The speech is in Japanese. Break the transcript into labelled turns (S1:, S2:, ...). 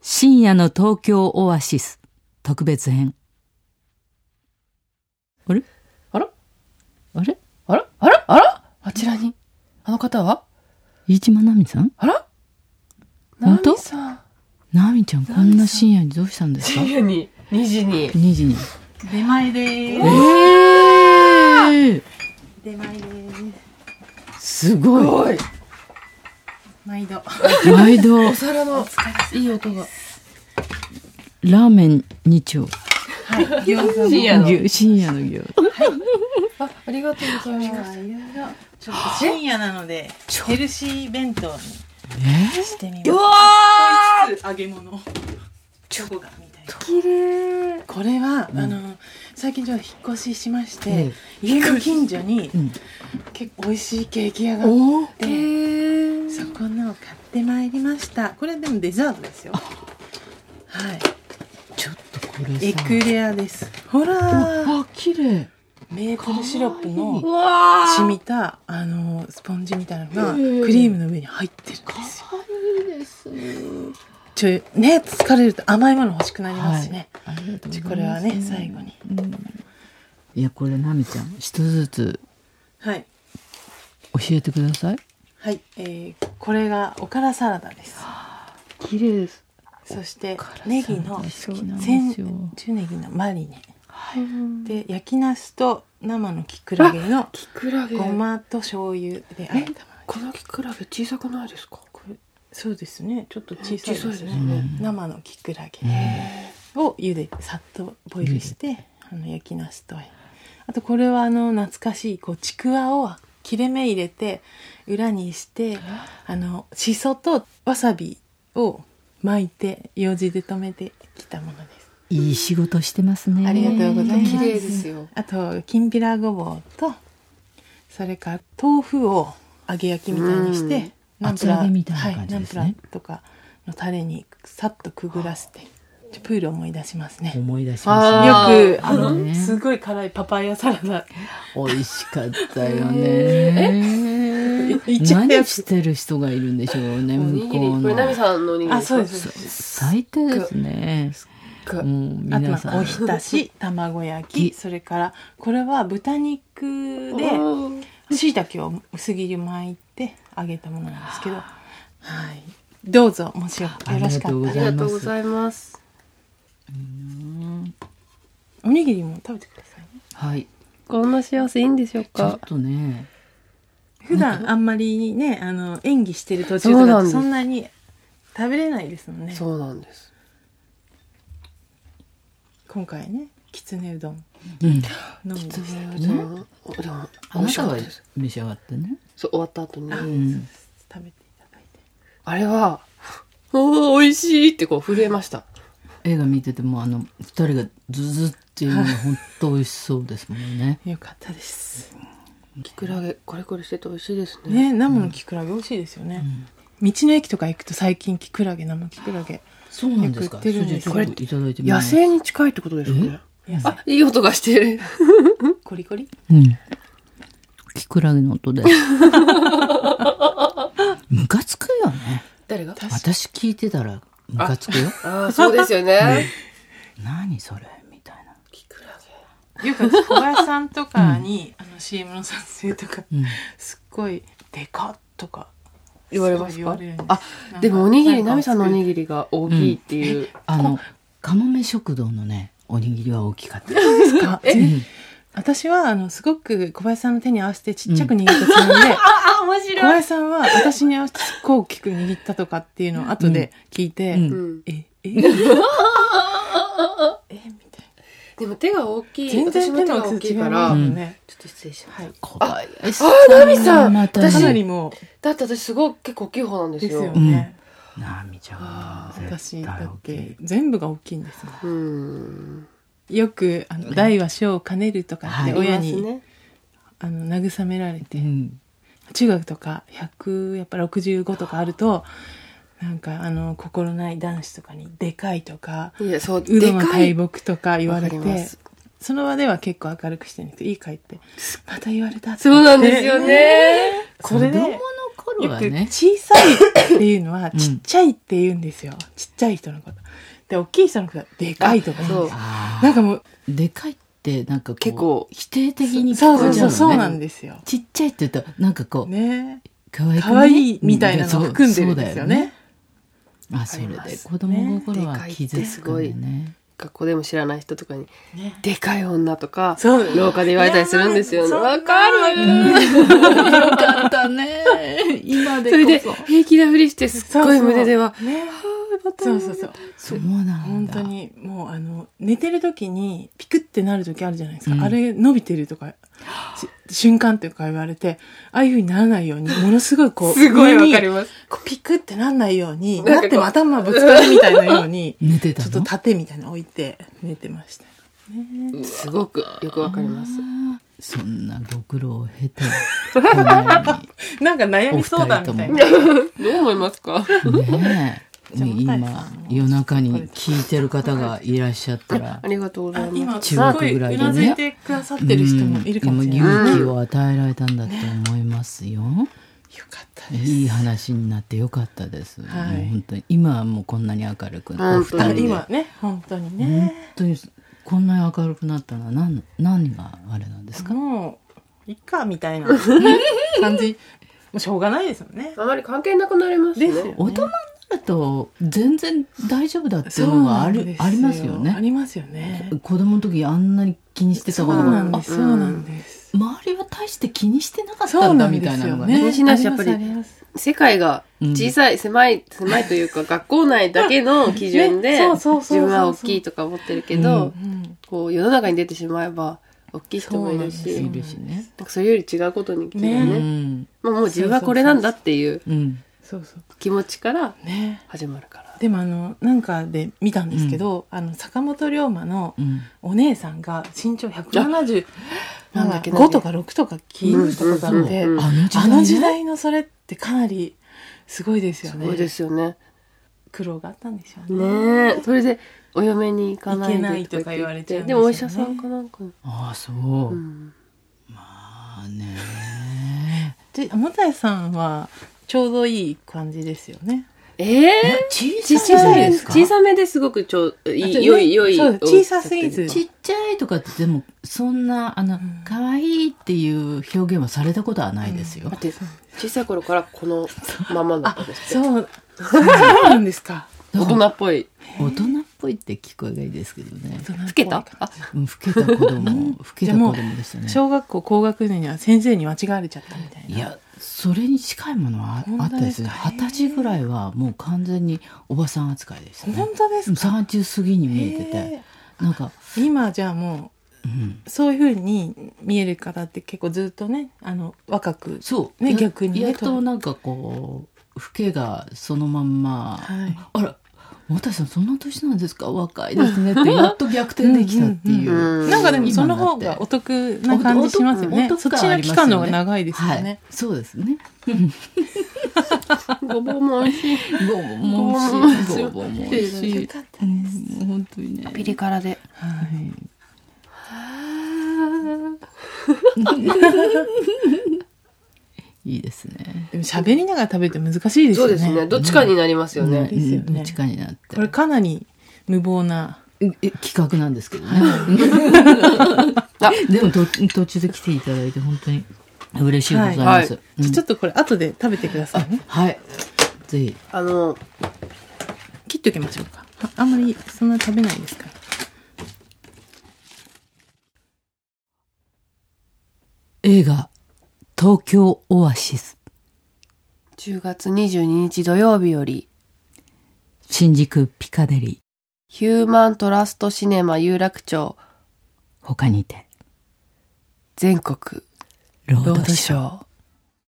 S1: 深夜の東京オアシス特別編あれ
S2: あら
S1: あれ
S2: あらあらあらあちらに。あの方は
S1: 飯島奈美さん
S2: あら
S1: 本当
S2: ナミさん。
S1: 奈美ちゃんこんな深夜にどうしたんですか
S2: 深夜に、2時に。
S1: 2時に
S3: 出前で
S1: え
S3: ーす。
S1: ー、
S3: 出前でーす。
S1: すごい
S2: おい
S3: 毎度。
S1: 毎度ラ
S2: お皿の、いい音が。
S1: ーメン2丁
S3: はい。餃子
S2: 深夜の。
S1: 牛深夜の牛
S2: あ、ありがとうござい
S3: 今日
S2: ま
S3: は
S2: す。
S3: いろいろ、ちょっと深夜なので、ヘルシー弁当に
S1: え
S3: してみま
S2: わ
S3: す。揚げ物。チョコがみたいな。
S2: 綺麗
S3: これは、あの、最近ちょっと引っ越ししまし
S1: う
S3: て
S1: ん、
S3: 家の近所に
S1: うん、
S3: 結構美味しいケーキ屋があっ
S1: おお
S2: え
S3: て、そこのを買ってまいりました。これでもデザートですよ。はい。
S1: ちょっとこれさ
S3: エクレアです。ほらー。
S1: あ綺麗
S3: メープルシロップ
S1: かわいいう
S3: の
S2: わ
S3: 染みたあのスポンジみたいなのが
S1: え
S3: ク
S1: え
S3: リームの上に入ってるんですよ。
S1: いいです
S3: ちょいね疲れると甘いもの欲しくなりますしね。
S1: ありがとうございます
S3: ちょこれはね最後に。
S1: いやこれ奈美ちゃん一つずつ
S3: はい
S1: 教えてください
S3: はい、えー、これがおからサラダです。
S1: 綺麗です
S3: そして
S1: からサラダ
S3: ネギの
S1: そうなんです
S3: 千
S1: よ
S3: 十ネギのマリネ
S2: はい。
S3: で焼きナスと生のきくらげの
S2: キクラゲ。
S3: ごまと醤油であえたものです。
S2: このキクラゲ小さくないですか
S3: これそうですねちょっと小さい
S2: 小
S3: ですね
S2: さいですね
S3: 生のきくらげを茹でさっとボイルしてあの焼きなすとあえあとこれはあの懐かしいこうちくわを切れ目入れて裏にしてあのしそとわさびを巻いて楊枝で留めてきたものです
S1: いい仕事してますね
S3: ありがとうございます
S2: 綺麗ですよ。
S3: あときんぴらごぼうとそれから豆腐を揚げ焼きみたいにして、
S2: うん
S3: ナンプラ
S1: 厚揚げみたいな感じ
S3: はい、ナ
S1: で
S3: ン
S1: す
S3: プ
S1: ね
S3: ラとかのタレにさっとくぐらせてちょプール思い出しますね。よ
S1: 思い出しま
S2: あ
S3: くあ
S1: あの
S3: の、
S1: ね
S3: すごい辛いパパイヤサラダ
S1: すよ美味しかったよね
S3: え一応やっ
S1: 何
S3: ぱ
S1: してる人がいるんでしょうね
S2: おに
S1: 向
S2: ぎ
S1: こ
S2: り。
S1: う
S2: これナミ
S1: の
S2: さんのおにぎり
S3: あ
S2: ですか。
S3: そうですそうです
S1: 最低ですね
S2: か
S1: もう
S3: あと
S1: 皆
S3: は
S1: さ
S3: お
S1: ん
S3: ひたし卵焼きそれからこれは豚肉で
S2: うん
S3: しいたけを薄切り巻いて揚げたものなんですけどはいどうぞもしよよろしか
S1: ありがとう
S3: っ
S1: ご
S3: た
S1: ざ
S2: あ
S1: い
S3: ら
S2: りがとうございます。
S3: おにぎりも食べてくださいね
S1: はい
S2: こんな幸せいいんでしょう
S1: ちょっ
S2: か。
S1: とね
S3: 普段あんまりねあの演技してる途
S2: そ
S3: 中
S2: う
S3: と
S2: な
S3: か
S2: んです
S3: そんなに食べれないですもんね
S2: そうなんです。
S3: 今回ねきつねうどん
S1: うん
S3: のみでした
S2: ねでも
S1: あ
S2: 美味
S1: な
S2: しか
S1: た
S2: った
S1: は
S2: です。
S1: 召し上がってね
S2: そう終わった後に。
S1: うん
S3: 食べていただいて
S2: あれは、おー、美味しいってこう震えました。
S1: 映画見ててもあの二人がズズっていうのが本当美味しそうですもんね
S3: よかったです
S2: キクラゲ、これこれしてて美味しいですね。
S3: ね生のきくらげ美味しいですよね、道の駅とか行くと最近きくらげ生きくらげ
S1: そうなんですか
S3: よく売ってるんです
S1: それじゃあちょっといただいてみ
S2: 野
S1: ます
S2: 生に近いってことですかね。
S3: 野菜
S2: あ、いい音がして る。
S3: コリコリ
S1: うんキクラゲの音 ですムカつくよね
S2: 誰が
S1: 私聞いてたらムカつくよ
S2: ああ、そうです よね。
S1: 何それみたいな
S2: キクラ
S3: よく私小林さんとかに、あの CM の撮影とか、
S1: ん
S3: すっごい「でかっ」とか
S2: 言われます
S3: 言
S2: か
S3: われるんです
S2: あ、でもおにぎり、ナミさんのお
S3: ぎ
S2: にぎりが大きいっていう。
S1: あのカモメ食堂のねおにぎりは大きか った
S3: りですか私はあのすごく小林さんの手に合わせてちっちゃく握ったつもりで、
S2: あ、面
S3: 小林さんは私に合わせてすっごい大きく握ったとかっていうのを後で聞いて、
S1: うん
S2: うん。
S3: えええみたい
S2: でも手が大き。
S3: ない全
S2: 私の手
S3: 然手
S2: が
S3: の
S2: 大
S3: 大き
S2: きい
S3: さ違い
S2: か
S3: ま
S2: ら、
S3: す
S2: ちょっ
S3: もんね、
S2: と失礼します。
S3: はい、
S1: 小林
S2: ああナミさん
S1: また
S2: 私
S3: か
S1: ね
S3: なりも
S2: だって私すごい結構大きい方なんで
S3: うですすよ
S2: よ。
S3: ね、
S1: ナミちゃんは
S3: 私
S1: 絶
S3: だ
S1: 対
S3: っ
S1: 大き
S3: て
S1: い
S3: 全部が大きいんですよ
S2: うん。
S3: よくあの「大は小を兼ねる」とかって
S1: はい
S3: 親
S2: い
S3: に、
S2: ますね。
S3: あの慰められて、
S1: うん
S3: 中学とか100やっぱ65とかあるとなんかあの心ない男子とかに「でかい」とか
S2: いや、そう、
S3: 「う
S2: で
S3: どの
S2: か
S3: 大
S2: い。
S3: 木」とか言われて
S2: わかります
S3: その場では結構明るくしてるんですけど「いいかい」って「また言われた」って
S2: そうなんですよね。
S3: それで
S1: 子供の頃はね
S3: 小さいっていうのは
S1: うん
S3: ちっちゃいって言うんですよ、ちっちゃい人のことで大きい人のことはでかいとか言うんですよ
S1: あ
S3: なんかもう
S1: でかいってなんかこう
S2: 結構
S1: 否定的に
S3: そ
S1: 聞
S3: うそ
S1: こえ
S3: う
S1: ち
S3: そ
S1: ゃうのね
S3: うそうなんですよ
S1: ちっちゃいって言うとなんかこう、
S3: ね
S1: かわいく
S3: 可愛いみたいなのを含んでるんですよね
S1: あそれで
S3: ありますね
S1: 子供の頃は傷つくんだよね
S2: 学校でも知らない人とかに
S3: ね
S2: 「でかい女」とか
S3: そう
S2: 廊下で言われたりするんですよ
S3: い
S2: ね
S3: やまあ
S2: わか
S3: そ
S2: る
S1: よかった ね今
S2: そ
S1: でこそ
S2: れで平気なふりしてすっごい胸では
S3: そうそう
S2: 「あ
S3: ね
S2: ー
S3: そうそうそ
S1: そ
S3: う
S1: うなんだ
S3: 本当にもうあの寝てる時にピクってなる時あるじゃないですか、
S1: うん
S3: あれ伸びてるとかし瞬間とか言われてああいうふうにならないようにものすごいこう
S2: すごいわ
S3: 上
S2: か
S3: に
S2: ります
S3: こうピクってなんないように
S2: なんかこ
S3: な
S2: う
S3: っても頭ぶつかるみたいなよう に
S1: 寝てた
S3: ちょ
S1: の
S3: っと盾みたいなの置いて寝てましたね
S2: すごくよくわかります
S1: あーそんなご苦労を経てこんな
S3: なんか悩み相談みたいな
S2: どう思いますか
S1: にねえ
S3: じゃあ
S1: 今夜中に聞いてる方がいらっしゃったら
S2: ありがとうござ
S3: あ
S2: いま
S3: 今
S2: す
S3: すごい頷いてくださってる人もいるかもしれない、
S1: う
S3: よ
S1: ん今勇気を与えられたんだと思いますよ、
S3: かったです
S1: いい話になってよかったです、も
S3: はい
S1: う本当に今はもうこんなに明るくお二
S2: 本当
S3: あ
S1: 人で
S2: に
S1: 本
S3: 今ね本当にね、
S1: 当にこんなに明るくなったのは何何があれなんですか、
S3: もういっかみたいな感じもうしょうがないですよね
S2: あまり関係なくなりますね
S3: ですよ
S1: 大人になると全然大丈夫だっていうのがあ
S3: そうなん
S1: る
S3: です
S1: ありますよ
S3: あ
S1: ね
S3: りますよね
S1: 子供の時あんなに気にしてた
S3: そう
S1: こと
S3: な
S1: が
S3: ん
S1: あ
S3: ですそうなんです
S1: 周りは大して気にしてなかっ
S3: そ
S1: た
S3: うんな
S1: だ
S3: ん
S1: み
S3: で
S1: たい
S3: す
S1: な
S3: よ
S1: のが
S3: ね
S1: ね
S2: 気にしないしやっぱり
S3: あます
S2: 世界が小さい、狭い狭いという か学校内だけの基準で、
S3: ねそうそうそうそう
S2: 自分は大きいとか思ってるけ
S1: う
S2: ど、
S3: ありますうん
S2: こう世の中に出てしまえば大きい人もいる
S3: そう
S2: し
S3: な
S2: なんん
S1: い
S3: で
S2: か
S1: るしね
S2: それより違うことに気が
S1: う
S2: ね
S3: ね
S1: ん
S2: まあ、もう自分はこれなんだっていう
S1: うん
S3: そうそう
S2: 気持ちから
S3: ね
S2: 始まるから。
S3: でもあのなんかで見たんですけど、あの坂本龍馬の
S1: うん
S3: お姉さんが身長170
S2: な
S3: なんん
S2: だ
S3: だ
S2: っ
S3: っ
S2: け
S3: け
S2: なんだっ
S3: 5
S2: け
S3: とか6とか聞いたことあ
S1: そう
S3: る
S1: あ
S3: ので、
S2: うん
S1: の時代,、
S3: あの時代のそれってかなりすごいですよ
S2: す
S3: ね
S2: ごいですよね。
S3: 苦労があったんでしょうね
S2: ねえ、それでお嫁に行かないで
S3: 行けないとか言われちゃうんです
S2: で
S3: よね
S2: もお医者さんかなんか、
S1: ああそう、
S2: うん、
S1: まあね
S3: で天谷さんはちょうどいい感じですよね。
S2: ええー、
S1: 小
S2: 小
S1: さ
S2: さ
S1: い
S2: い
S1: ですか
S2: 小さめですごくちょうい
S3: あ
S2: い良い良い
S3: そう小さすぎず
S1: ちっちゃいとかってでもそんなあの
S3: ん
S1: 可愛いっていう表現はされたことはないですよ
S2: だ。って小さい頃からこのままだったんですって
S3: そう、そうなんですか。
S2: 大人っぽい
S1: 大人っぽいって聞こえがいいですけどね。
S2: 老けたあ
S1: うん老けた子供、老けた
S3: じゃあ
S1: 子
S3: もう
S1: 供でしたね。
S3: 小学校高学年には先生に間違われちゃったみたい
S1: い
S3: な。
S1: やそれに近いものはああ
S3: 本
S1: った
S3: 当
S1: で
S3: ですす
S1: ね
S3: か
S1: 二十歳ぐらいはもう完全におばさん扱いでしたね
S3: 本当ですか。
S1: 三十過ぎに見えてて
S3: へ
S1: なんか、
S3: え今じゃあも
S1: うん、
S3: うそういう風に見える方って結構ずっとねあの若く
S1: そう
S3: ね
S1: や
S3: 逆にね
S1: やっとなんかこう老けがそのまんま、
S3: はい
S1: あら私さんそんな年なんですか若いですね ってやっと逆転できたっていう。
S2: うんうんうんうん
S3: なんかでもその方がお得な感じしますよね。
S1: おおおおお
S3: そっちの期間の方が長いですよね。
S1: はい、そうですね。
S2: ごぼうも美味しい
S1: ごぼうも美味しい。ごぼうも美味しい。
S3: よかったです
S1: うん本当にね。
S2: ピリ辛で
S3: はい
S1: いいですね。
S3: でも喋りながら食べるって難しいです
S2: そ
S3: よ
S2: う
S3: ね。
S2: ですねどっちかになりますよね、
S1: う
S3: ですよね
S1: んどっちかになって。
S3: これかなり無謀な。
S1: え企画なんですけどね。 でもと途中で来ていただいて本当に嬉しいございます。
S2: は
S1: うん
S3: ちょっとこれ後で食べてくださいね。
S1: はい。ぜひ。
S2: あの
S3: 切っておきましょうか。ああんまりそんな食べないですから。
S1: 映画、東京オアシス、
S2: 10月22日土曜日より
S1: 新宿ピカデリー、
S2: ヒューマントラストシネマ有楽町
S1: 他にて、
S2: 全国
S1: ロ
S2: ロ
S1: ード
S2: ード
S1: シ
S2: シ
S1: ョー。
S2: ョー